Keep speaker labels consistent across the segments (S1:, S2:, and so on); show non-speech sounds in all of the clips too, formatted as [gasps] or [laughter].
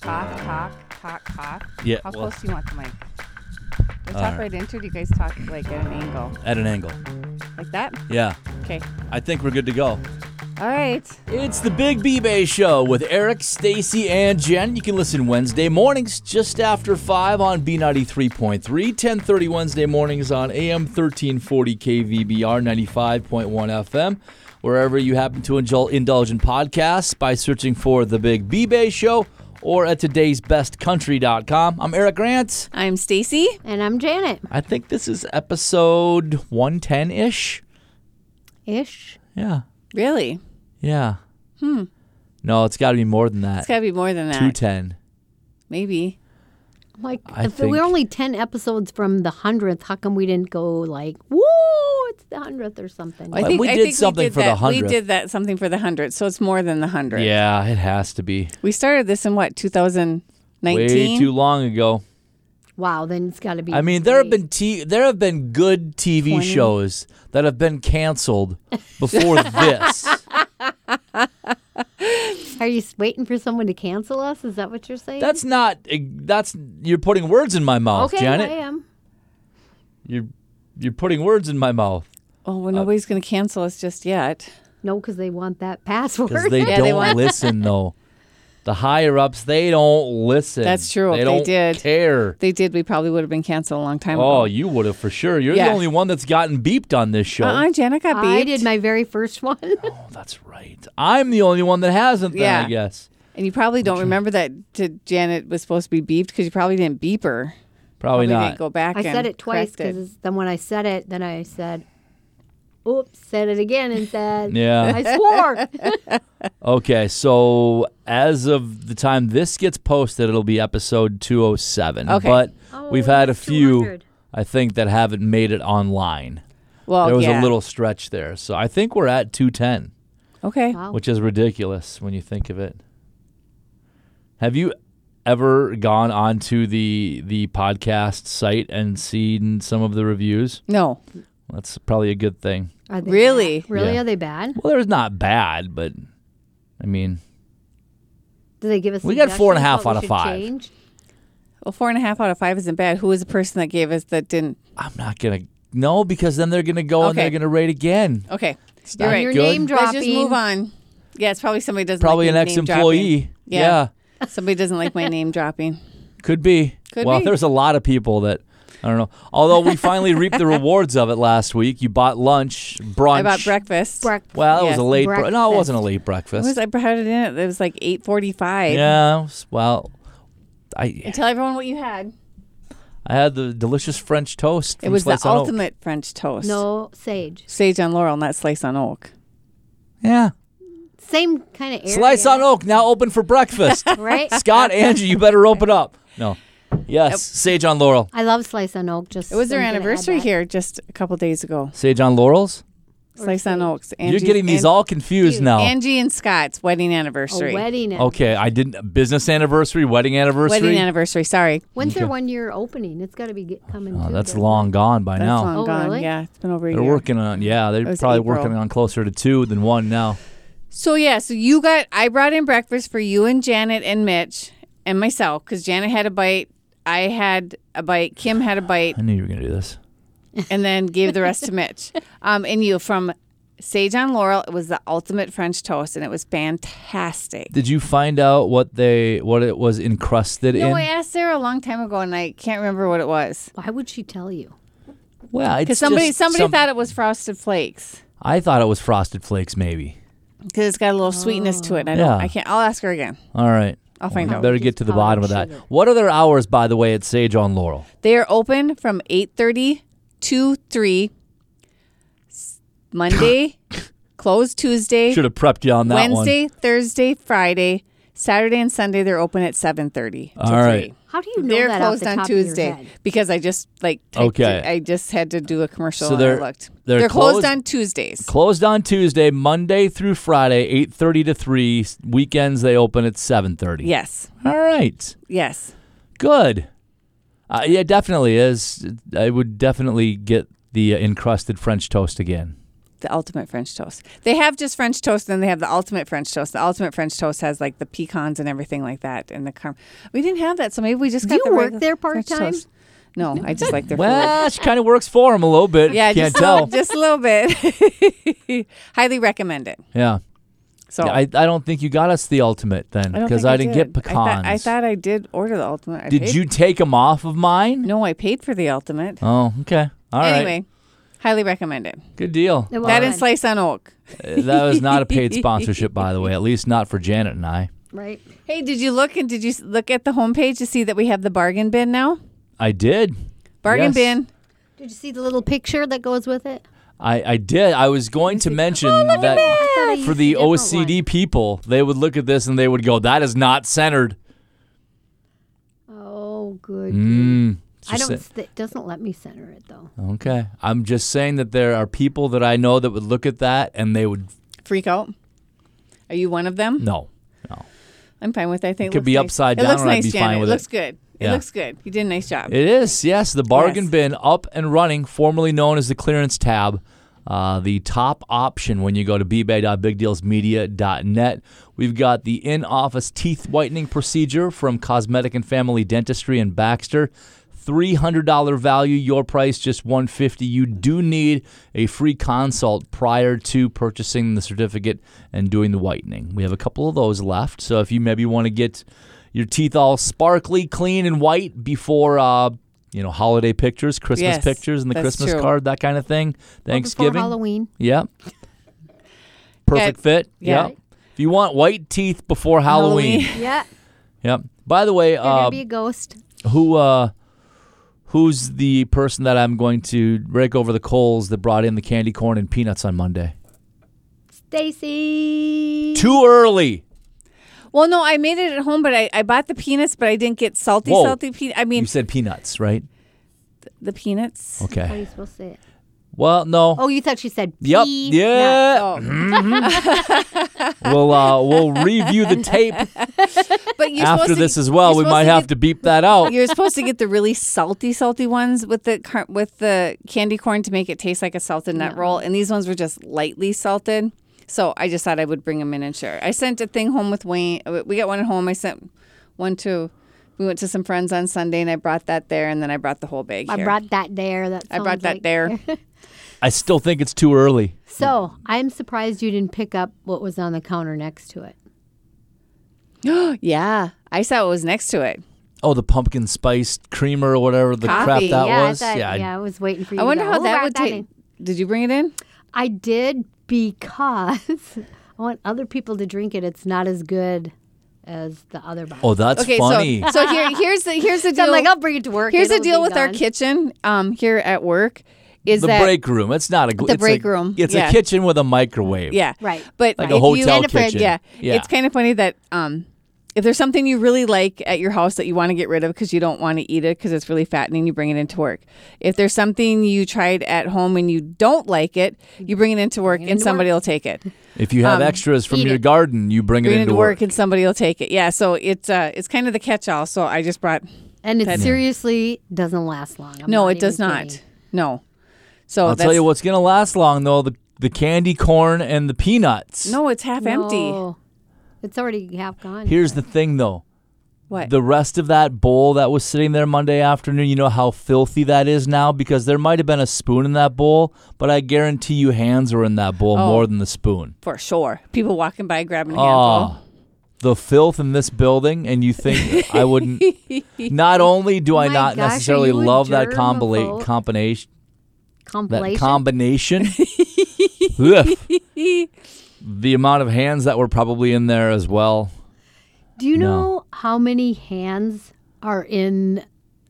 S1: talk, talk, talk?
S2: Yeah,
S1: How
S2: well- Uh,
S1: close do you want the mic? Do I
S2: All
S1: talk
S2: right.
S1: right. into it? Do you guys talk like at an angle?
S2: at an angle.
S1: Like that?
S2: Yeah,
S1: Okay.
S2: I think we're good to go.
S1: All right.
S2: It's the Big B Bay Show with Eric, Stacy, and Jen. You can listen Wednesday mornings just after 5 on B93.3, 1030 Wednesday mornings on AM 1340 KVBR 95.1 FM, wherever you happen to indul- indulge in podcasts by searching for the Big B Bay Show or at today'sbestcountry.com. I'm Eric Grant.
S3: I'm Stacy.
S4: And I'm Janet.
S2: I think this is episode 110 ish.
S4: Ish.
S2: Yeah.
S3: Really?
S2: Yeah. Hmm. No, it's got to be more than that.
S3: It's got to be more than that.
S2: 210.
S3: Maybe.
S4: Like,
S2: I
S4: if we're
S2: think-
S4: only 10 episodes from the 100th, how come we didn't go like, woo, it's the 100th or something?
S2: Well, we did something for the
S3: that-
S2: 100th.
S3: We did that something for the 100th, so it's more than the 100th.
S2: Yeah, it has to be.
S3: We started this in what, 2019?
S2: Way too long ago.
S4: wow, then it's got to be.
S2: I mean, there have been t- there have been good TV
S3: 20.
S2: shows that have been canceled
S3: [laughs]
S2: before this.
S4: Are you s- waiting for someone to cancel us? Is that what you're saying?
S2: That's not eh, that's you're putting words in my mouth,
S4: okay,
S2: Janet.
S4: I am.
S2: You're you're putting words in my mouth
S3: Oh, well, nobody's going to cancel us just yet.
S4: No, because they want that [laughs] password.
S2: because they
S3: Yeah,
S2: don't
S3: they want- [laughs]
S2: listen though. The higher ups, they don't listen.
S3: That's true. If
S2: They
S3: they
S2: don't
S3: did-
S2: care.
S3: If they did, we probably would have been canceled a long time
S2: Oh,
S3: ago.
S2: you would have for sure. You're the
S3: Yeah.
S2: only one that's gotten beeped on this show.
S3: Uh-uh, Janet got beat.
S4: I did my very first one.
S2: Oh, that's right. I'm the only one that hasn't. Then I
S3: Yeah.
S2: guess
S3: and you probably don't remember that to Janet was supposed to be beeped because you probably didn't beep her. Probably
S2: probably, not.
S3: didn't go back
S4: I said
S3: and
S4: it twice
S3: correct it.
S4: because then when I said it, then I said, oops, said it again and said,
S2: Yeah.
S4: I swore.
S2: Okay, so as of the time this gets posted, it'll be episode 207.
S3: Okay.
S2: But [laughs]
S4: Oh,
S2: we've had a
S4: that's
S2: few,
S4: 200.
S2: I think, that haven't made it online.
S3: Well,
S2: there was
S3: Oh, yeah.
S2: a little stretch there. So I think we're at 210,
S3: Okay.
S4: wow.
S2: which is ridiculous when you think of it. Have you ever gone onto the the podcast site and seen some of the reviews?
S3: No.
S2: That's probably a good thing.
S4: Are they
S3: Really?
S4: bad? Really?
S2: Yeah.
S4: Are they bad?
S2: Well, there's not bad, but I mean,
S4: Do they give us
S2: We got four and a
S4: suggestions
S2: half
S4: what
S2: out
S4: we
S2: of
S4: should
S2: five.
S4: change?
S3: Well, four and a half out of five isn't bad. Who was the person that gave us that didn't?
S2: I'm not gonna. No, because then they're gonna go and they're
S3: Okay.
S2: gonna rate again.
S3: Okay.
S2: not
S3: You're right.
S4: Your
S2: Good.
S4: name dropping.
S3: Let's just move on. Yeah, it's probably somebody doesn't
S2: Probably
S3: like
S2: an
S3: my
S2: ex
S3: name
S2: employee.
S3: dropping. Yeah. somebody doesn't like my name
S2: [laughs]
S3: dropping.
S2: could be.
S3: Could
S2: well,
S3: be.
S2: there's a lot of people that I don't know. Although
S3: [laughs]
S2: we finally reaped the rewards of it last week. You bought lunch, brunch.
S3: I bought breakfast.
S4: Breakfast.
S2: Well, it was
S3: Yes,
S2: a late. Br- no, it
S4: breakfast.
S2: wasn't a late
S3: It
S2: breakfast.
S3: was I brought it in. It was like eight forty-five.
S2: yeah. it was- Well, I
S3: And tell everyone what you had.
S2: I had the delicious French toast.
S3: It
S2: from
S3: was the
S2: Slice on Oak.
S3: ultimate French toast.
S4: No, sage.
S3: Sage on laurel, not slice on oak.
S2: Yeah.
S4: Same kind of area.
S2: Slice on oak now open
S3: [laughs]
S2: for breakfest.
S4: [laughs] Right?
S2: Scott, Angie, you better open up. No. Yes, sage on laurel.
S4: I love slice on oak. Just
S3: It was their
S4: I'm gonna add
S3: anniversary
S4: that.
S3: here just a couple days ago.
S2: Sage on laurels.
S3: Slice on oaks.
S2: You're
S3: Angie's-
S2: getting these
S3: An-
S2: all confused now.
S3: Angie and Scott's wedding
S4: A
S3: anniversary.
S4: wedding.
S2: Okay, I didn't business anniversary, wedding anniversary.
S3: Wedding anniversary. Sorry.
S4: When's their one year opening? It's got to be get, coming.
S2: Oh,
S4: to
S2: that's
S4: them.
S2: long gone by
S3: That's
S2: now.
S3: long
S4: Oh,
S3: gone.
S4: really?
S3: Yeah, it's been over a
S2: They're
S3: year.
S2: working on yeah,
S3: It
S2: they're
S3: was
S2: probably
S3: April.
S2: working on closer to two than one now.
S3: So yeah, so you got I brought in breakfast for you and Janet and Mitch and myself because Janet had a bite, I had a bite, Kim had a
S4: [laughs]
S3: bite,
S2: I knew you were gonna do this.
S3: and then gave the rest to Mitch um, and you from Sage on Laurel. It was the ultimate French toast, and it was fantastic.
S2: Did you find out what they what it was encrusted
S3: No,
S2: in?
S3: I asked Sarah a long time ago, and I can't remember what it was
S4: Why would she tell you?
S2: Well, it's
S3: because somebody
S2: just
S3: somebody
S2: some-
S3: thought it was frosted flakes
S2: I thought it was frosted flakes, maybe.
S3: because it's got a little sweetness to it. And I don't,
S2: Yeah.
S3: I can't. I'll ask her again.
S2: All right.
S3: I'll find
S2: we
S3: out.
S2: Better get to the bottom of that.
S4: powdered sugar.
S2: What are their hours, by the way, at Sage on Laurel?
S3: They are open from 8:30 to 3 S-
S2: [coughs]
S3: Monday, closed Tuesday,
S2: Should have prepped you on that
S3: Wednesday, Thursday, Friday, Saturday and Sunday they're open at 7:30 to
S2: All right.
S3: 3.
S4: How do you know
S3: They're
S4: that off
S3: closed
S4: the
S3: on
S4: top of your
S3: Tuesday
S4: head?
S3: because I just like typed
S2: Okay.
S3: it. I just had to do a commercial
S2: So
S3: and I
S2: they're-
S3: looked.
S2: they're
S3: closed,
S2: closed-
S3: on Tuesdays.
S2: Closed on Tuesday, Monday through Friday, eight thirty to three. Weekends they open at seven thirty.
S3: yes.
S2: All right.
S3: Yes.
S2: Good. Uh, yeah, it definitely is. I would definitely get the uh, encrusted French toast again.
S3: the ultimate French toast. They have just French toast, and then they have the ultimate French toast. The ultimate French toast has like the pecans and everything like that, and the car. We didn't have that, so maybe we just
S4: Do
S3: got the
S4: you work
S3: regular
S4: there
S3: French
S4: part-time?
S3: toast. No, I just like their food.
S2: Well, she kind of works for him a little bit.
S3: Yeah,
S2: can't
S3: just, A
S2: tell.
S3: little, just a little bit. [laughs] Highly recommend it.
S2: yeah.
S3: So
S2: I, I don't think you got us the ultimate then
S3: don't
S2: because
S3: think
S2: I, didn't
S3: did.
S2: get pecans.
S3: I thought, I thought I did order the ultimate. I
S2: Did
S3: paid-
S2: you take them off of mine?
S3: No, I paid for the ultimate.
S2: Oh, okay. All right.
S3: anyway, highly recommend it.
S2: Good deal.
S4: Well,
S3: that and slice on oak.
S2: Uh, that was not
S3: [laughs]
S2: a paid sponsorship, by the way, at least not for Janet and I.
S4: right.
S3: Hey, did you look and did you s- look at the homepage to see that we have the bargain bin now?
S2: I did.
S3: Bargain
S2: Yes.
S3: bin.
S4: Did you see the little picture that goes with it?
S2: I, I did. I was going to mention
S4: Oh,
S2: that
S4: I thought I used
S2: for
S4: a
S2: the
S4: different one.
S2: OCD people, they would look at this and they would go, that is not centered.
S4: Oh, good.
S2: Mm.
S4: I
S2: Just
S4: don't.
S2: sa-
S4: It doesn't let me center it though.
S2: okay. I'm just saying that there are people that I know that would look at that and they would,
S3: Freak out. Are you one of them?
S2: no, no.
S3: I'm fine with. It. I think it
S2: could
S3: looks
S2: be
S3: nice.
S2: upside
S3: It
S2: down
S3: looks
S2: and I'd
S3: nice,
S2: be fine
S3: Janet.
S2: with
S3: it
S2: it.
S3: looks good. It
S2: Yeah.
S3: looks good. You did a nice job.
S2: It is, yes, the bargain
S3: Yes.
S2: bin up and running, formerly known as the clearance tab. Uh, the top option when you go to bbay.bigdealsmedia.net. We've got the in office teeth whitening procedure from Cosmetic and Family Dentistry in Baxter. $300 value, your price just 150 You do need a free consult prior to purchasing the certificate and doing the whitening. We have a couple of those left. So if you maybe want to get your teeth all sparkly, clean, and white before uh, you know holiday pictures, Christmas
S3: Yes,
S2: pictures, and the
S3: that's
S2: Christmas
S3: true.
S2: card, that kind of thing.
S4: Well,
S2: Thanksgiving,
S4: Before Halloween.
S2: yep. Perfect fit.
S3: yeah.
S2: Yep. If you want white teeth before Halloween,
S4: Yeah,
S2: [laughs] yep. By the way,
S4: there's
S2: uh,
S4: gonna be a ghost.
S2: who uh, who's the person that I'm going to rake over the coals that brought in the candy corn and peanuts on Monday?
S4: Stacy.
S2: Too early.
S3: Well, no, I made it at home, but I, I bought the peanuts, but I didn't get salty,
S2: Whoa.
S3: salty peanuts. I mean,
S2: You said peanuts, right?
S3: the peanuts.
S4: How are you
S2: Okay.
S4: supposed to say it?
S2: Well, no.
S4: Oh, you thought she said.
S2: Yep.
S4: pea
S2: Yeah.
S3: Oh.
S2: we'll uh, we'll review the tape
S3: But you're supposed
S2: after
S3: to,
S2: this as well.
S3: you're
S2: We
S3: supposed
S2: might
S3: to
S2: have
S3: get-
S2: to
S3: [laughs]
S2: beep that out.
S3: You're supposed to get the really salty, salty ones with the car- with the candy corn to make it taste like a salted nut roll, and these ones were just lightly salted. So I just thought I would bring them in and share. I sent a thing home with Wayne. Uh, We got one at home. I sent one to. We went to some friends on Sunday, and I brought that there, and then I brought the whole bag
S4: I
S3: here.
S4: brought that there. That
S3: I brought
S4: sounds
S3: that
S4: like- [laughs]
S3: there. [laughs]
S2: I still think it's too early.
S4: So I'm surprised you didn't pick up what was on the counter next to it.
S3: yeah, I saw what was next to it.
S2: Oh, the pumpkin spice creamer or whatever the crap
S3: Coffee.
S2: that
S4: yeah,
S2: was.
S4: I thought,
S2: yeah,
S4: yeah,
S2: I-
S4: I was waiting for you.
S3: I
S4: to
S3: wonder
S4: go,
S3: how
S4: "Who
S3: that
S4: brought
S3: would
S4: in?"
S3: take. Did you bring it in?
S4: I did because [laughs] I want other people to drink it. It's not as good as the other box.
S2: Oh, that's
S3: Okay,
S2: funny.
S3: so so here here's the here's the
S4: [laughs] So
S3: deal.
S4: I'm like, I'll bring it to work.
S3: Here's the
S4: It'll be
S3: deal with our
S4: gone."
S3: kitchen um, here at work [laughs] is
S2: the
S3: that
S2: break room. It's not a gl-
S3: The
S2: it's
S3: break
S2: a,
S3: room,
S2: It's
S3: yeah.
S2: a kitchen with a microwave.
S3: yeah,
S4: Right.
S3: But
S2: Like
S3: if
S2: a hotel
S3: you,
S2: kitchen.
S3: Yeah.
S2: Yeah.
S3: it's kind of funny that um, if there's something you really like at your house that you want to get rid of because you don't want to eat it because it's really fattening, you bring it into work. If there's something you tried at home and you don't like it, you bring it into work and somebody will take it.
S2: If you have extras from
S4: eat
S2: your
S4: it.
S2: garden, you bring,
S3: Um, Bring
S2: it
S3: it
S2: into
S3: into work and somebody will take it. Yeah, so it's uh, it's kind of the catch-all. So I just brought
S4: and it seriously doesn't last long. I'm
S3: no,
S4: not
S3: it does
S4: even
S3: not.
S4: kidding.
S3: No, so
S2: I'll
S3: Oh, that's,
S2: tell you what's gonna last long though the the candy corn and the peanuts.
S3: No, it's half empty.
S4: No. It's already half gone.
S2: Here's the thing though.
S3: What?
S2: The rest of that bowl that was sitting there Monday afternoon, you know how filthy that is now because there might have been a spoon in that bowl, but I guarantee you hands were in that
S4: Oh.
S2: bowl more than the spoon.
S3: For sure. People walking by grabbing a handful.
S2: Oh, the filth in this building, and you think
S4: [laughs]
S2: I wouldn't. Not only do I
S4: My
S2: not
S4: gosh, are
S2: necessarily
S4: you a
S2: love that
S4: germaphobe?
S2: combla- combination, that
S4: Complation. [laughs]
S2: combination, Ugh. the amount of hands that were probably in there as well.
S4: Do you
S2: No.
S4: know how many hands are in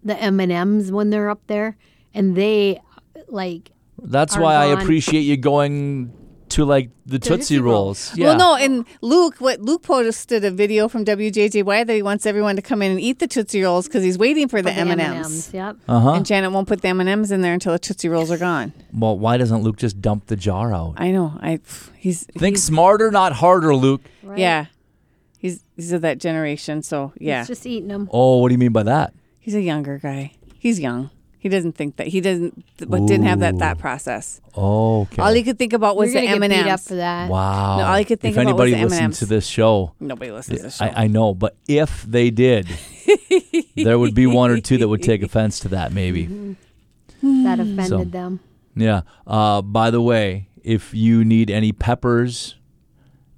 S4: the M and M's when they're up there, and they like
S2: That's
S4: Are
S2: why I
S4: gone.
S2: appreciate you going to like the Tootsie,
S4: Tootsie Roll.
S2: Rolls.
S3: Well, no, and Luke, what Luke posted a video from WJJY that he wants everyone to come in and eat the Tootsie Rolls because he's waiting for the,
S4: the
S3: M and
S4: M&Ms,
S3: M's.
S4: Yep.
S2: Oh.
S3: And Janet won't put the M and M's in there until the Tootsie Rolls are gone.
S2: Well, why doesn't Luke just dump the jar out?
S3: I know. I he's
S2: [laughs] Think smarter, not harder, Luke.
S4: Right.
S3: yeah, he's he's of that generation. So yeah,
S4: It's just eating them.
S2: Oh, what do you mean by that?
S3: he's a younger guy. He's young. He doesn't think that. He doesn't. th- But didn't have that thought process.
S2: Okay.
S3: All he could think about was
S4: You're
S3: the
S4: gonna
S3: M
S4: get
S3: and
S4: beat up
S3: M's.
S4: for that.
S2: wow.
S3: No, all I could think
S2: if
S3: about was
S2: anybody
S3: the
S2: listened
S3: M&Ms.
S2: to this show,
S3: Nobody listens to this show.
S2: I, I know, but if
S3: [laughs]
S2: they did, there would be one or two that would take offense to that, maybe.
S3: Mm-hmm.
S4: That offended
S2: So-
S4: them.
S2: Yeah. Uh, by the way, if you need any peppers,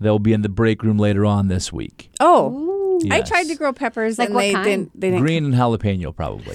S2: they'll be in the break room later on this week.
S3: oh, I
S2: Yes.
S3: tried to grow peppers
S4: Like
S3: and
S4: what
S3: they
S4: kind?
S3: didn't. They didn't.
S2: green and jalapeno, probably.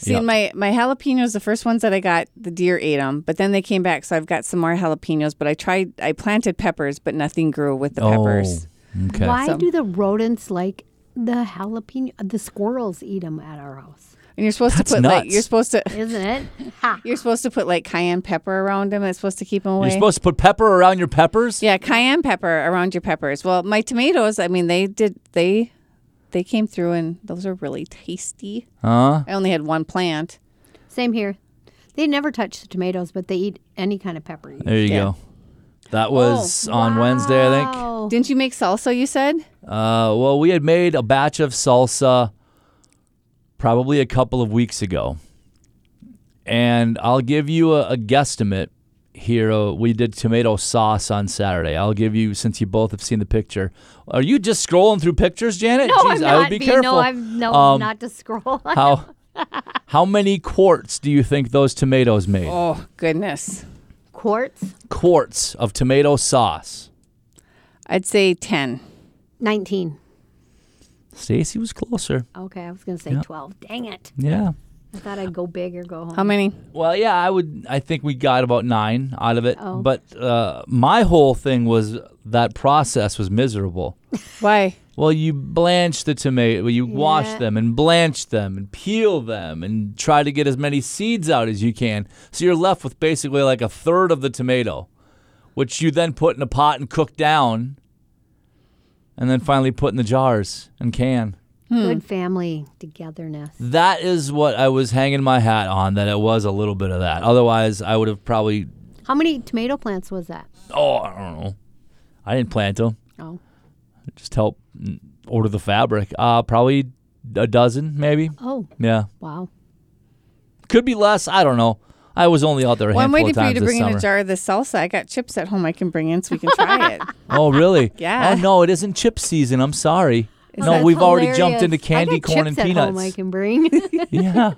S3: See,
S2: Yep.
S3: my my jalapenos, the first ones that I got, the deer ate them, but then they came back, so I've got some more jalapenos. But I tried, I planted peppers, but nothing grew with the peppers.
S2: Oh, okay.
S4: Why
S3: So-
S4: do the rodents like the jalapeno? The squirrels eat them at our house,
S3: And you're supposed
S2: That's
S3: to put like
S2: nuts.
S3: you're supposed to [laughs]
S4: isn't it? Ha.
S3: you're supposed to put like cayenne pepper around them. It's supposed to keep them away.
S2: You're supposed to put pepper around your peppers?
S3: yeah, cayenne pepper around your peppers. Well, my tomatoes, I mean, they did they they came through and those are really tasty.
S2: Huh?
S3: I only had one plant.
S4: Same here. They never touch the tomatoes, but they eat any kind of pepper.
S2: There you
S3: Yeah.
S2: go. That was on Wednesday, I think.
S4: Oh, Wow.
S3: Didn't you make salsa? You said
S2: Uh, well, we had made a batch of salsa probably a couple of weeks ago. And I'll give you a, a guesstimate here. Uh, we did tomato sauce on Saturday. I'll give you, since you both have seen the picture. Are you just scrolling through pictures, Janet?
S4: No,
S2: Jeez,
S4: I'm not.
S2: I would be
S4: Bea.
S2: careful.
S4: No, I'm no
S2: Um,
S4: not to scroll. [laughs]
S2: how, how many quarts do you think those tomatoes made?
S3: oh goodness,
S4: Quartz,
S2: Quarts of tomato sauce.
S3: I'd say ten.
S4: nineteen.
S2: Stacy was closer.
S4: Okay, I was gonna say twelve. Dang it!
S2: Yeah.
S4: I thought I'd go big or go home.
S2: Um,
S3: How many?
S2: Well, yeah, I would. I think we got about nine out of it.
S4: Oh.
S2: But uh, my whole thing was that process was miserable.
S3: Why?
S2: Well, you blanch the tomato, you wash
S4: Yeah.
S2: them and blanch them and peel them and try to get as many seeds out as you can. So you're left with basically like a third of the tomato, which you then put in a pot and cook down, and then finally put in the jars and can.
S4: Good family togetherness.
S2: That is what I was hanging my hat on. That it was a little bit of that. Otherwise, I would have probably
S4: How many tomato plants was that?
S2: Oh, I don't know. I didn't plant them.
S4: Oh,
S2: Just help mm, order the fabric. Uh, probably a dozen, maybe.
S4: oh,
S2: Yeah,
S4: wow.
S2: could be less. I don't know. I was only out there a
S3: Well, I'm waiting for
S2: handful of
S3: you
S2: times
S3: to
S2: this
S3: bring
S2: summer.
S3: in a jar of the salsa. I got chips at home I can bring in so we can try it.
S2: oh, really?
S3: Yeah.
S2: Oh no, it isn't chip season. I'm sorry. no,
S4: That's
S2: we've already jumped
S4: hilarious.
S2: into
S4: I
S2: candy
S4: got
S2: corn and
S4: chips
S2: peanuts.
S4: At home I can bring. [laughs] Good
S2: [laughs] yeah,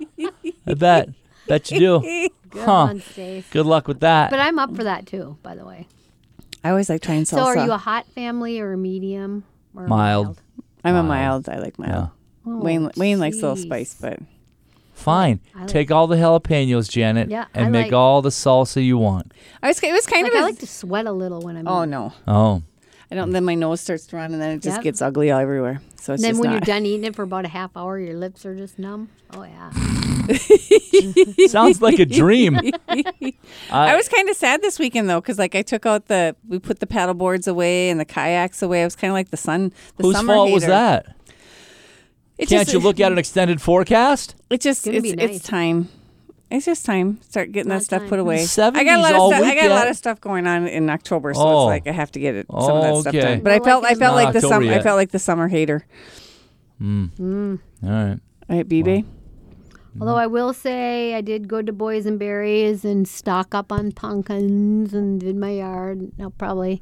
S2: I bet. Bet
S3: [laughs]
S2: you do.
S4: one, Stace.
S2: Good luck with that.
S4: But I'm up for that too, by the way.
S3: [laughs] I always like trying
S4: So,
S3: salsa.
S4: are you a hot family or a medium or a
S2: Mild.
S3: I'm a mild. I like mild.
S4: Oh,
S3: Wayne, Wayne likes a little
S4: jeez.
S3: spice, but
S2: Fine.
S4: I like-
S2: Take all the jalapenos, Janet,
S4: Yeah,
S2: and
S4: I
S2: make
S4: like-
S2: all the salsa you want.
S3: I was, it was kind
S4: Like
S3: of
S4: I
S3: a,
S4: like to sweat a little when I'm.
S3: oh
S4: in.
S3: no,
S2: Oh.
S3: I don't. Then my nose starts to run, and then it just
S4: Yep.
S3: gets ugly all everywhere. So it's
S4: And then
S3: just
S4: when
S3: not.
S4: you're done eating it for about a half hour, your lips are just numb. Oh yeah.
S2: Sounds like a dream.
S3: [laughs] I was kind of sad this weekend though, because like I took out the, we put the paddle boards away and the kayaks away. I was kind of like the sun, the
S2: Whose
S3: summer
S2: fault was
S3: hater.
S2: that?
S3: It [laughs]
S2: Can't
S3: just,
S2: you look at an extended forecast?
S3: It just
S4: It's
S3: it's,
S4: gonna be nice.
S3: it's time. It's just time. Start getting that
S4: Not
S3: stuff
S4: time.
S3: put away.
S2: 70s
S3: I got a lot of
S2: all
S3: stuff. I got a lot
S2: weekend.
S3: of stuff going on in October, so
S2: Oh.
S3: it's like I have to get it, some of that
S2: Oh,
S3: stuff
S2: okay.
S3: done. But
S4: Well,
S3: I felt
S4: like
S3: I
S4: it's
S3: felt
S2: not
S3: like the
S2: October
S3: summer. I
S2: yet.
S3: felt like the summer hater.
S2: All right.
S3: All right, BB.
S4: Although I will say I did go to Boys and Berries and stock up on pumpkins and did my yard. Now probably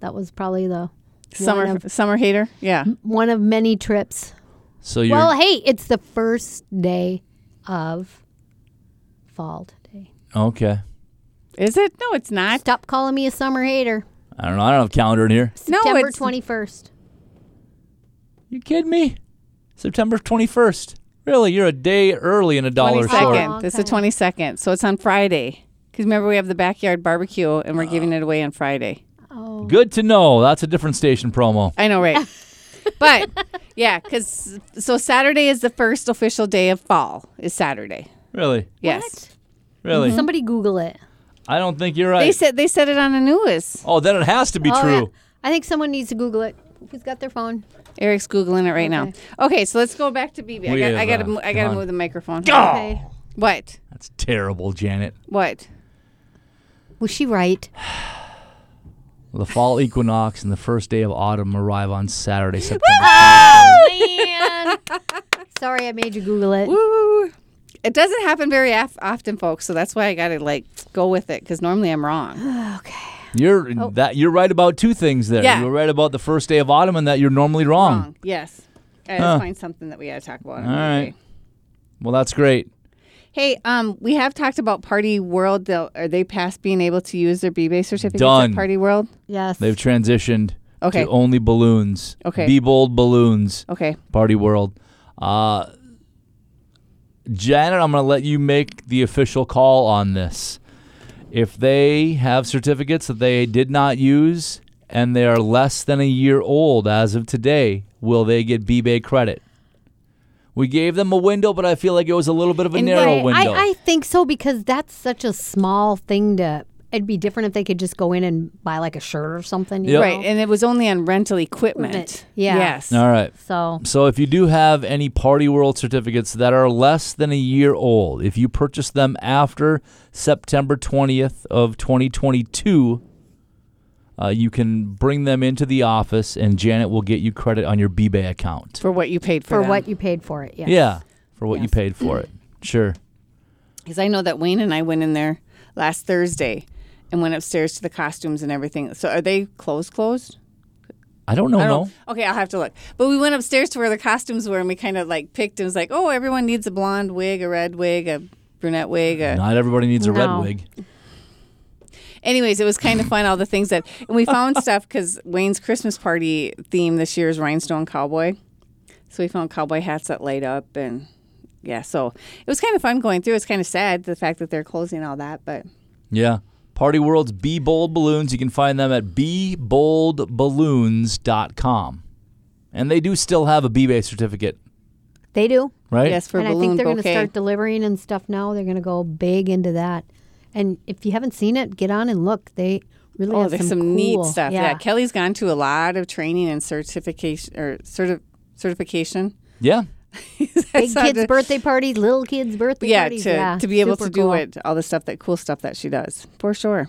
S4: that was probably the
S3: Summer
S4: One
S3: summer hater. Yeah.
S2: Hmm?
S4: one of many trips.
S2: So you're
S4: Well, hey, it's the first day of fall today.
S2: okay.
S3: Is it? No, it's not.
S4: Stop calling me a summer hater.
S2: I don't know. I don't have a calendar in here.
S3: No,
S4: September
S3: it's- Mm-hmm.
S4: twenty first.
S2: You kidding me? September 21st. Really? You're a day early and a dollar short.
S3: 22nd.
S4: short.
S3: It's
S4: Oh,
S3: the
S4: okay.
S3: 22nd. So it's on Friday. Because remember, we have the backyard barbecue and we're giving it away on Friday.
S4: Oh,
S2: Good to know. That's a different station promo.
S3: I know,
S4: [laughs]
S3: right? but yeah, because so Saturday is the first official day of fall, is Saturday.
S2: Really?
S3: Yes.
S2: Really?
S4: somebody Google it.
S2: I don't think you're right.
S3: They said they said it on the news.
S2: oh, then it has to be
S4: Oh,
S2: true.
S4: yeah. I think someone needs to Google it. Who's got their phone?
S3: Eric's googling it right now. Okay, so let's go back to BB. I
S2: We
S3: got, I
S2: have,
S3: got to
S2: uh,
S3: mo- I got to
S2: gone.
S3: move the microphone.
S4: Okay.
S3: What?
S2: That's terrible, Janet.
S3: What?
S4: Was she
S3: [laughs]
S4: right?
S2: The fall equinox and the first day of autumn arrive on Saturday, September.
S4: Man. Sorry, I made you Google it.
S3: Woo! It doesn't happen very af- often, folks. So that's why I got to like go with it because normally I'm wrong.
S2: You're that you're right about two things there.
S3: Oh. Yeah.
S2: You're right about the first day of autumn and that you're normally wrong.
S3: wrong. [gasps] Yes. All right,
S2: Huh.
S3: Let's find something that we got to talk about.
S2: All right. Well, that's great.
S3: Hey, um, we have talked about Party World. They'll, are they past being able to use their B-Bay certificates
S2: Done.
S3: at Party World?
S4: Yes.
S2: They've transitioned
S3: Okay.
S2: to only balloons.
S3: Okay.
S2: Be bold balloons.
S3: Okay.
S2: Party World. Uh, Janet, I'm going to let you make the official call on this. If they have certificates that they did not use and they are less than a year old as of today, will they get B-Bay credit? We gave them a window, but I feel like it was a little bit of a
S3: And
S2: narrow
S4: Right.
S2: window.
S4: I, I think so because that's such a small thing to. It'd be different if they could just go in and buy like a shirt or something. you
S2: Yep.
S4: know?
S3: Right, and it was only on rental equipment.
S4: Equipment, yeah.
S3: Yes.
S2: All right.
S4: So
S2: So if you do have any Party World certificates that are less than a year old, if you purchase them after September 20th of 2022, uh, you can bring them into the office and Janet will get you credit on your BBay account.
S3: For what you paid for,
S4: for
S3: them.
S4: what you paid for it, yes.
S2: Yeah, for what you paid for it. Sure.
S3: Because I know that Wayne and I went in there last Thursday and went upstairs to the costumes and everything. So are they closed, closed?
S2: I don't know.
S3: I
S2: no.
S3: don't- Okay, I'll have to look. But we went upstairs to where the costumes were and we kind of like picked and was like, oh, everyone needs a blonde wig, a red wig, a brunette wig. A...
S2: Not everybody needs a
S4: No.
S2: red wig.
S3: Anyways, it was kind of fun, all the things
S2: [laughs]
S3: that. And we found stuff because Wayne's Christmas party theme this year is Rhinestone Cowboy. So we found cowboy hats that light up and. Yeah, so it was kind of fun going through. It's kind of sad the fact that they're closing all that, but
S2: Yeah. Party World's Be Bold Balloons. You can find them at beboldballoons.com. And they do still have a B-Bay certificate,
S4: They do.
S2: right?
S3: yes, for
S4: and I
S3: balloon
S4: think they're going to
S3: bouquet.
S4: start delivering and stuff now. They're going to go big into that. And if you haven't seen it, get on and look. They really
S3: Oh,
S4: have
S3: there's
S4: some,
S3: some, neat
S4: cool-
S3: stuff. Yeah. Kelly's gone to a lot of training and certification or certi- certification. [laughs]
S2: Yeah.
S4: Big
S3: That's how
S4: kids'
S3: to-
S4: birthday parties, little kids' birthday
S3: yeah,
S4: parties.
S3: to,
S4: yeah,
S3: to be able
S4: super
S3: to do
S4: cool.
S3: it, all the stuff that cool stuff that she does for sure.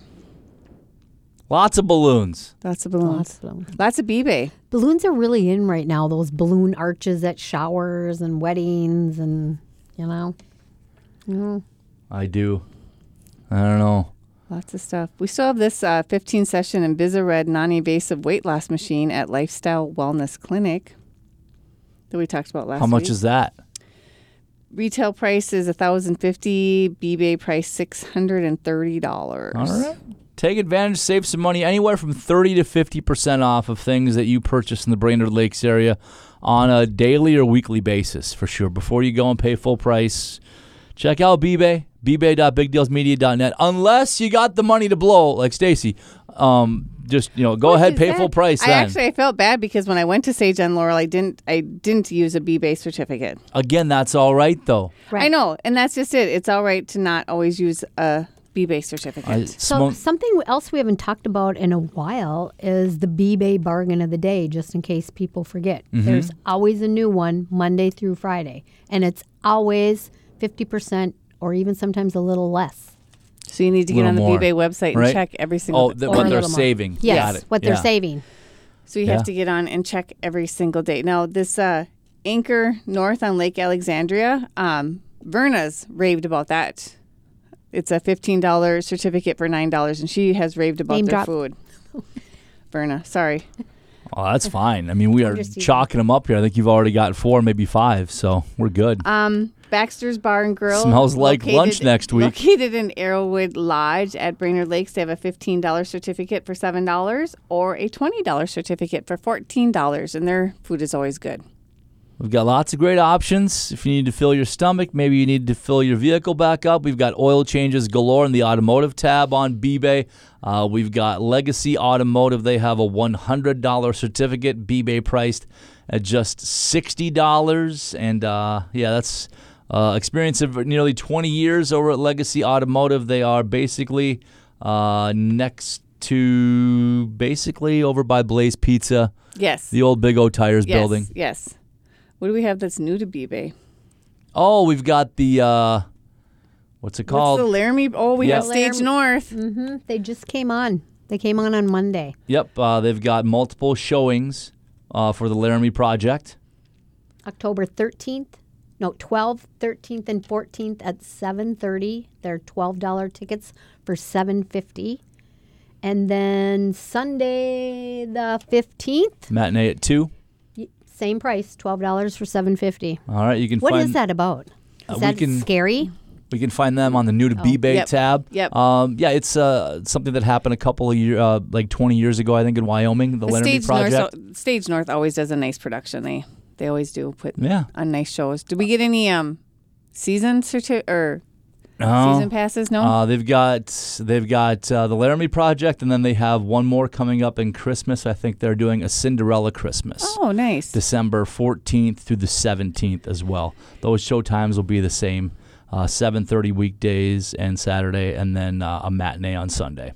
S2: Lots of balloons.
S3: Lots of balloons,
S4: Lots of balloons.
S3: lots of b-bay.
S4: Balloons are really in right now. Those balloon arches at showers and weddings, and you know, Mm-hmm.
S2: I do. I don't know.
S3: Lots of stuff. We still have this uh, 15 session in Bizared non-invasive weight loss machine at Lifestyle Wellness Clinic that we talked about last.
S2: How much
S3: week.
S2: is that?
S3: retail price is 1,050. B-bay price 630 dollars.
S2: All right. Take advantage, save some money, anywhere from 30 to 50% off of things that you purchase in the Brainerd Lakes area on a daily or weekly basis for sure. Before you go and pay full price, check out bbay, bbay.bigdealsmedia.net. Unless you got the money to blow, like Stacy, um, just you know, go ahead, pay full price.
S3: I
S2: then.
S3: actually I felt bad because when I went to Sage on Laurel, I didn't I didn't use a B-Bay certificate.
S2: Again, that's all right though.
S3: I
S4: Right.
S3: know, and that's just it. It's all right to not always use a B-Bay certificate.
S2: I
S4: So
S2: smoked-
S4: something else we haven't talked about in a while is the B-Bay bargain of the day, just in case people forget.
S2: Mm-hmm.
S4: There's always a new one Monday through Friday, and it's always 50% or even sometimes a little less.
S3: so you need to get
S2: Little
S3: on the
S2: more,
S3: B-Bay website and
S2: right?
S3: check every single.
S2: Oh, th-
S4: or a
S2: what they're
S4: little more.
S2: saving.
S4: Yes,
S2: Got it.
S4: what they're
S2: Yeah.
S4: saving.
S3: so you
S2: yeah.
S3: have to get on and check every single day. Now this uh, Anchor North on Lake Alexandria, um, Verna's raved about that. It's a fifteen dollar certificate for nine dollars, and she has raved about
S4: Name
S3: their
S4: drop.
S3: food. Verna, sorry.
S2: Oh, that's fine. I mean, we are
S4: just teasing.
S2: chalking them up here. I think you've already got four, maybe five, so we're good.
S3: Um, Baxter's Bar and Grill
S2: Smells like lunch next week.
S3: Located in Arrowwood Lodge at Brainerd Lakes, they have a fifteen dollar certificate for seven dollars, or a twenty dollar certificate for fourteen dollars, and their food is always good.
S2: We've got lots of great options. If you need to fill your stomach, maybe you need to fill your vehicle back up. We've got oil changes galore in the automotive tab on B-Bay. Uh, we've got Legacy Automotive. They have a $100 certificate, B-Bay priced at just $60. And uh, yeah, that's uh, experience of nearly 20 years over at Legacy Automotive. They are basically uh, next to, basically over by Blaze Pizza,
S3: Yes.
S2: the old Big O Tires
S3: yes.
S2: building.
S3: Yes. What do we have that's new to B-Bay?
S2: Oh, we've got the uh what's it
S3: What's
S2: called?
S3: the Laramie? Oh, we
S2: Yeah.
S3: have Stage
S4: Laramie.
S3: North.
S4: hmm They just came on. They came on on Monday.
S2: yep, uh, they've got multiple showings uh, for the Laramie project.
S4: October 13th no 12th 13th and 14th at 7.30 they're $12 tickets for 7.50 and then sunday the 15th
S2: Matinee at two.
S4: y- same price $12 for 7.50
S2: All right, you can
S4: What is
S2: find
S4: that about
S2: Uh,
S4: is
S2: we
S4: that
S2: can-
S4: scary
S2: We can find them on the new to B-Bay
S1: Yep.
S2: tab.
S1: Yep.
S2: Um, yeah, it's uh, something that happened a couple of year, uh, like 20 years ago, I think, in Wyoming, the,
S3: The
S2: Leonard
S3: Stage North,
S2: Project.
S3: Stage North always does a nice production. They they always do put
S2: yeah.
S3: on nice shows. Do we get any um season certi- or
S2: No.
S3: season passes? No.
S2: Uh, they've got they've got uh, the Laramie Project, and then they have one more coming up in Christmas. I think they're doing a Cinderella Christmas,
S3: oh, nice.
S2: December 14th through the 17th as well. Those show times will be the same, uh, 7:30 weekdays and Saturday, and then uh, a matinee on Sunday.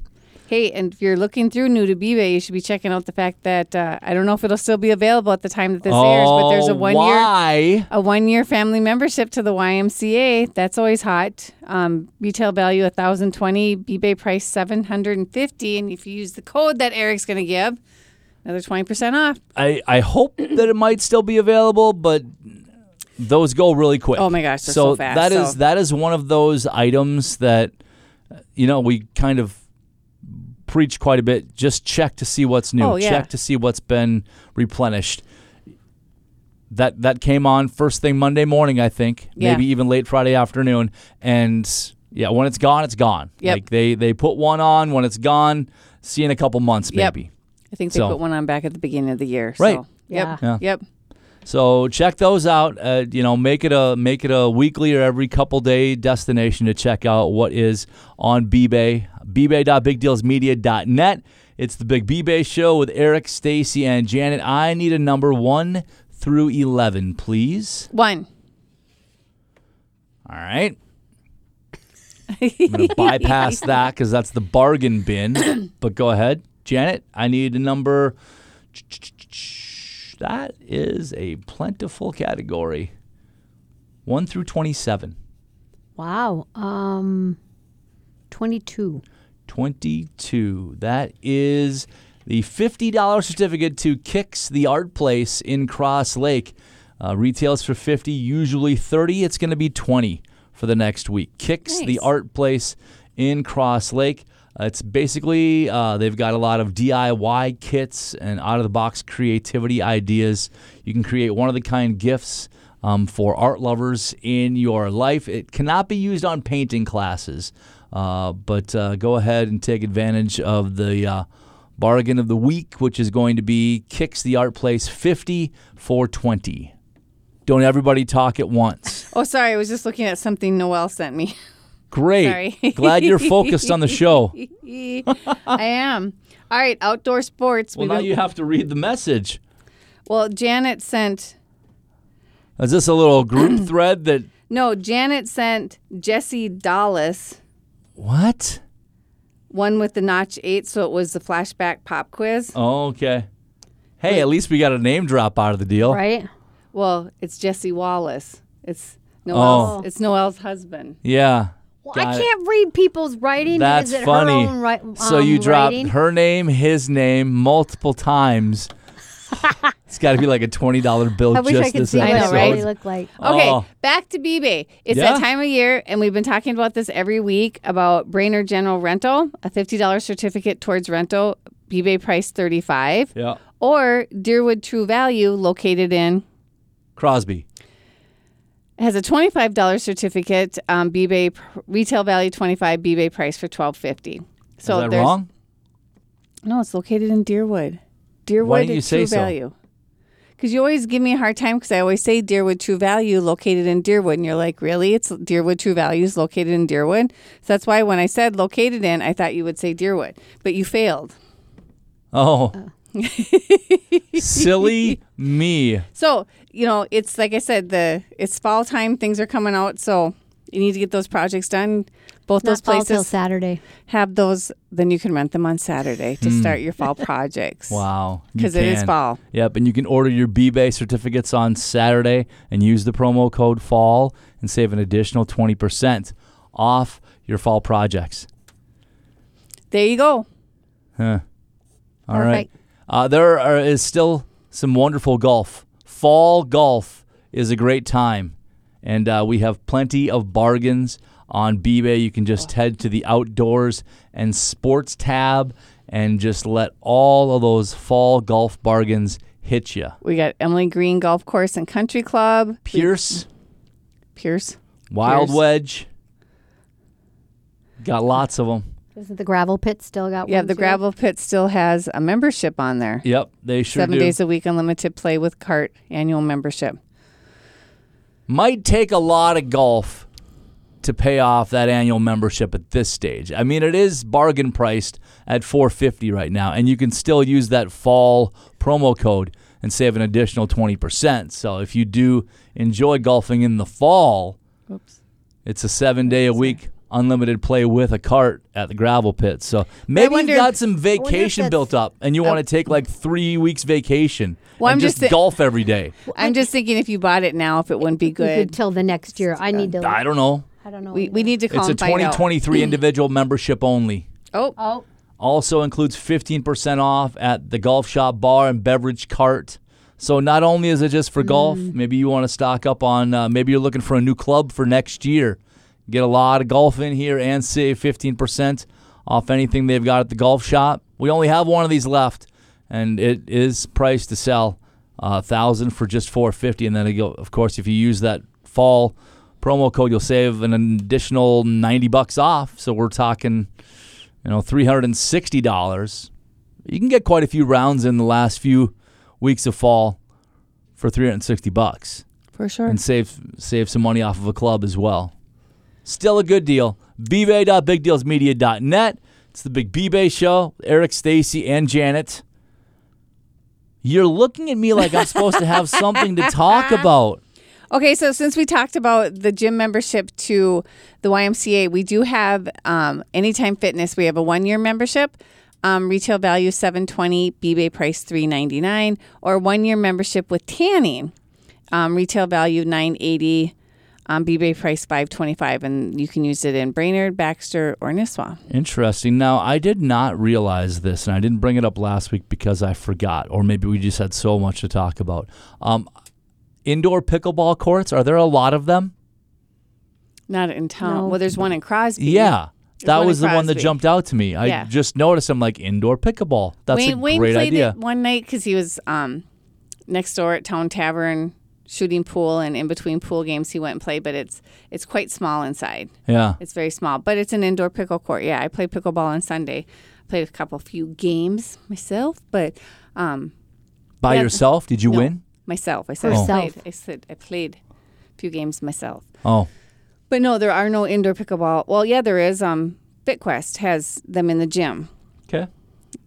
S3: Hey, and if you're looking through New to Bebe, you should be checking out the fact that uh, I don't know if it'll still be available at the time that this airs, but there's a
S2: Oh,
S3: one year
S2: why?
S3: a one year family membership to the YMCA. That's always hot. Um, retail value 1020 Bebe price 750 And if you use the code that Eric's going to give, another 20% off.
S2: I, I
S3: [clears throat]
S2: hope that it might still be available, but those go really quick.
S3: Oh my gosh, they're so fast,
S2: that is
S3: so-
S2: that is one of those items that you know we kind of preach quite a bit. Just check to see what's new.
S3: Oh, yeah.
S2: Check to see what's been replenished. That that came on first thing Monday morning, I think.
S3: Yeah.
S2: Maybe even late Friday afternoon. And yeah, when it's gone, it's gone.
S3: Yep.
S2: Like they they put one on when it's gone. See you in a couple months,
S3: Yep.
S2: maybe.
S3: I think they
S2: So-
S3: put one on back at the beginning of the year.
S2: Right.
S3: So.
S4: Yeah.
S3: Yep.
S2: Yeah.
S3: Yep.
S2: So check those out. Uh, you know, make it a make it a weekly or every couple day destination to check out what is on bbay. bbay.bigdealsmedia.net. It's the Big bbay Show with Eric, Stacy, and Janet. I need a number one through eleven, please.
S3: One. [laughs]
S2: All right. I'm gonna bypass that because that's the bargain bin. But go ahead, Janet. I need a number. That is a plentiful category. One through twenty-seven.
S4: wow um 22
S2: 22. That is the $50 certificate to Kicks the Art Place in Cross Lake. Uh, retails for 50, usually 30. It's going to be 20 for the next week. Kicks the Art Place in Cross Lake. Uh, It's basically uh, they've got a lot of DIY kits and out of the box creativity ideas. You can create one of the kind gifts um, for art lovers in your life. It cannot be used on painting classes, uh, but uh, go ahead and take advantage of the uh, bargain of the week, which is going to be Kicks the Art Place 50 for 20. Don't everybody talk at
S4: [laughs]
S2: once.
S3: Oh, sorry. I was just looking at something Noel sent
S2: [laughs]
S3: me. [laughs]
S2: Great.
S3: Sorry.
S2: Glad you're focused
S4: [laughs]
S2: on the show.
S3: I am. All right. Outdoor sports.
S2: Well,
S3: We've
S2: now
S3: been-
S2: you have to read the message.
S3: well, Janet sent.
S2: Is this a
S4: [clears throat]
S2: little group thread that.
S3: No, Janet sent Jesse Dallas
S2: What?
S3: one with the notch eight, so it was the flashback pop quiz.
S2: Oh, okay. Hey, at least we got a name drop out of the deal.
S4: right
S3: Well, it's Jesse Wallace. It's Noel's.
S4: Oh.
S3: It's Noel's husband.
S2: Yeah.
S4: Well,
S2: Got
S4: I
S2: it.
S4: can't read people's writing.
S2: That's
S4: is it
S2: funny.
S4: Her own wri-
S2: so
S4: um,
S2: you dropped
S4: writing?
S2: her name, his name multiple
S4: [laughs]
S2: times. it's got to be like a twenty dollar bill
S4: I
S2: just
S4: wish I could
S2: this
S4: see what
S2: episode.
S4: it
S3: I know, right?
S4: really looked like.
S3: Okay,
S2: Oh.
S3: back to B-Bay. It's
S2: Yeah.
S3: that time of year, and we've been talking about this every week about Brainerd General Rental, a $50 certificate towards rental, B-Bay price 35
S2: Yeah,
S3: or Deerwood True Value, located in,
S2: Crosby.
S3: has a $25 certificate, um, B-Bay pr- retail value 25 B-Bay price for 1250 So
S2: Is that
S3: there's-
S2: wrong?
S3: No, it's located in Deerwood. Deerwood
S2: Why didn't
S3: at
S2: you say
S3: True
S2: so?
S3: Value. Because you always give me a hard time because I always say Deerwood True Value located in Deerwood. And you're like, really? It's Deerwood True Value is located in Deerwood. So that's why when I said located in, I thought you would say Deerwood, but you failed.
S2: Oh, [laughs]
S4: [laughs]
S2: silly me.
S3: So, you know, it's like I said, the it's fall time, things are coming out. So you need to get those projects done. Both
S4: Not
S3: those
S4: fall till
S3: places
S4: Saturday.
S3: have those, then you can rent them on Saturday to start your fall [laughs] projects.
S2: Hmm. Wow, you
S3: 'Cause it is
S2: can.
S3: fall.
S2: Yep, and you can order your B-Bay certificates on Saturday and use the promo code FALL and save an additional twenty percent off your fall projects.
S3: There you go.
S2: Huh. All right.
S4: Perfect.
S2: Uh, there are, is still some wonderful golf. Fall golf is a great time. and uh, we have plenty of bargains on b-bay you can
S3: Oh.
S2: just head to the outdoors and sports tab and just let all of those fall golf bargains hit you
S3: We got Emily Green Golf Course and Country Club,
S2: pierce
S3: Pierce.
S2: wild
S3: Pierce.
S2: wedge got lots of them
S4: Isn't the gravel pit still got?
S3: Yeah,
S4: one
S3: the
S4: too?
S3: gravel pit still has a membership on there.
S2: yep they sure
S3: Seven
S2: do
S3: days a week, unlimited play with cart, annual membership.
S2: might take a lot of golf to pay off that annual membership at this stage. I mean, it is bargain priced at 450 right now, and you can still use that fall promo code and save an additional 20%. So if you do enjoy golfing in the fall, it's a seven day a week unlimited play with a cart at the gravel pit. So maybe
S4: wonder-
S2: you've got some
S4: if
S2: vacation
S4: that's-
S2: built up and you want to take like three weeks vacation
S3: Well,
S2: and
S3: I'm
S2: just
S3: just thi-
S2: golf every day.
S3: I'm just thinking if you bought it now, if it wouldn't be
S4: You could
S3: good.
S4: till the next year. I need to.
S2: I don't know.
S4: I don't know.
S3: We, we need to call
S2: It's a
S3: and find out.
S2: [clears throat] 2023 individual membership only.
S3: Oh,
S4: Oh,
S2: Also includes 15% off at the golf shop bar and beverage cart. So not only is it just for golf, maybe you want to stock up on, uh, maybe you're looking for a new club for next year. Get a lot of golf in here and save 15% off anything they've got at the golf shop. We only have one of these left, and it is priced to sell uh, 1000 for just 450 And then, it go, of course, if you use that fall promo code, you'll save an additional 90 bucks off. So we're talking you know, three hundred and sixty dollars. You can get quite a few rounds in the last few weeks of fall for three hundred and sixty bucks,
S3: for sure.
S2: and save save some money off of a club as well. Still a good deal. bbay.bigdealsmedia.net. It's the Big bbay Show. Eric, Stacy, and Janet. You're looking at me like I'm supposed to have something to talk about.
S3: Okay, so since we talked about the gym membership to the YMCA, we do have um, Anytime Fitness. We have a one year membership, um, retail value seven twenty, b-bay price three ninety nine, or one year membership with tanning, um, retail value nine eighty, um, b-bay price five twenty five, and you can use it in Brainerd, Baxter, or Nisswa.
S2: Interesting. Now, I did not realize this, and I didn't bring it up last week because I forgot, or maybe we just had so much to talk about. Um, indoor pickleball courts, are there a lot of them?
S3: Not in town.
S4: No.
S3: Well, there's one in Crosby.
S2: Yeah.
S3: Mm-hmm.
S2: That
S3: one in
S2: was the one that
S3: Crosby.
S2: jumped out to me. I
S3: Yeah.
S2: just noticed. I'm like, indoor pickleball. That's
S3: Wayne,
S2: a
S3: Wayne
S2: great
S3: played
S2: idea.
S3: it one night because he was um, next door at Town Tavern shooting pool, and in between pool games, he went and played. But it's it's quite small inside.
S2: Yeah.
S3: It's very small, but it's an indoor pickle court. Yeah, I played pickleball on Sunday. I played a couple few games myself, but um,
S2: By
S3: yeah.
S2: yourself? Did you
S3: no,
S2: win?
S3: myself. I said
S4: Herself.
S3: I played. I said I played a few games myself.
S2: Oh,
S3: But no, there are no indoor pickleball. Well, yeah, there is. Um, FitQuest has them in the gym, Uh,
S2: okay.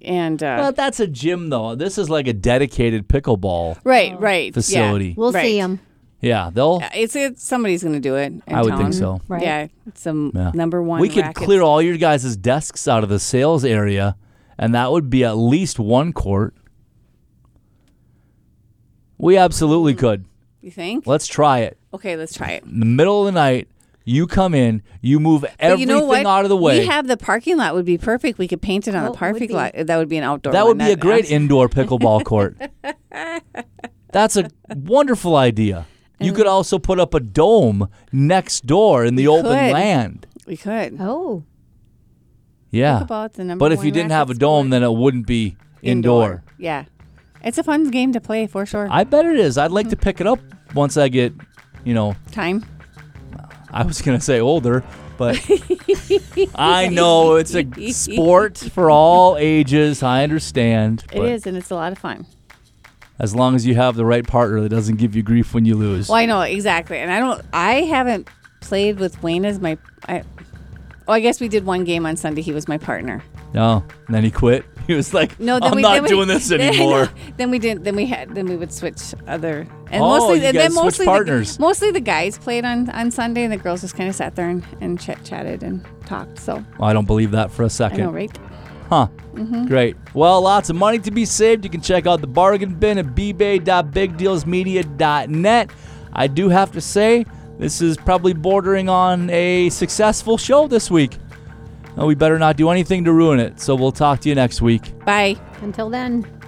S3: and uh,
S2: Well, that's a gym, though. This is like a dedicated pickleball
S3: right, right, yeah.
S2: facility.
S4: we'll see
S3: Right.
S4: him.
S2: Yeah, they'll.
S3: It's, it's somebody's going to do it. in
S2: I would
S3: town.
S2: think so.
S4: Right.
S3: Yeah, it's a
S2: Yeah.
S3: number one.
S2: We could
S3: racket.
S2: clear all your guys' desks out of the sales area, and that would be at least one court. We
S3: Hmm.
S2: absolutely could.
S3: You think?
S2: Let's try it.
S3: Okay, let's try it.
S2: In the middle of the night, you come in, you move
S3: But
S2: everything
S3: you know what?
S2: out of the way.
S3: We have the parking lot would be perfect. We could paint it on
S4: Oh, it
S3: the
S4: would
S3: parking
S4: be.
S3: lot. That would be an outdoor.
S2: that
S3: one,
S2: would be a
S3: not
S2: great
S3: outs-
S2: indoor pickleball
S3: [laughs]
S2: court. That's a wonderful idea. You could also put up a dome next door in the open
S3: could.
S2: land.
S3: we could.
S4: Oh,
S2: Yeah.
S3: Pickleball, it's the number
S2: But if
S3: one
S2: you didn't have a
S3: racket
S2: dome,
S3: sport.
S2: then it wouldn't be indoor.
S3: Yeah, it's a fun game to play for sure.
S2: I bet it is. I'd like to pick it up once I get, you know,
S3: Time.
S2: I was going to say older,
S3: [laughs]
S2: but I know it's a sport for all ages. I understand.
S3: It
S2: but
S3: is, and it's a lot of fun.
S2: As long as you have the right partner that doesn't give you grief when you lose.
S3: Well, I know exactly, and I don't. I haven't played with Wayne as my. I, oh, I guess we did one game on Sunday. He was my partner.
S2: No. And then he quit. [laughs] He was like,
S3: No, then
S2: I'm
S3: we,
S2: not
S3: then we-
S2: doing this
S3: [laughs] then-
S2: anymore.
S3: Then we didn't. Then we had. Then we would switch other. And
S2: Oh,
S3: mostly,
S2: you
S3: and
S2: guys
S3: then
S2: switch
S3: mostly
S2: partners.
S3: The, mostly the guys played on on Sunday, and the girls just kind of sat there and, and chit chatted and talked. So
S2: Well, I don't believe that for a
S3: I
S2: second.
S3: know, right?
S2: Huh. Mm-hmm. Great. Well, lots of money to be saved. You can check out the bargain bin at bbay.bigdealsmedia.net. I do have to say, this is probably bordering on a successful show this week. And we better not do anything to ruin it. So we'll talk to you next week.
S3: Bye.
S4: until then.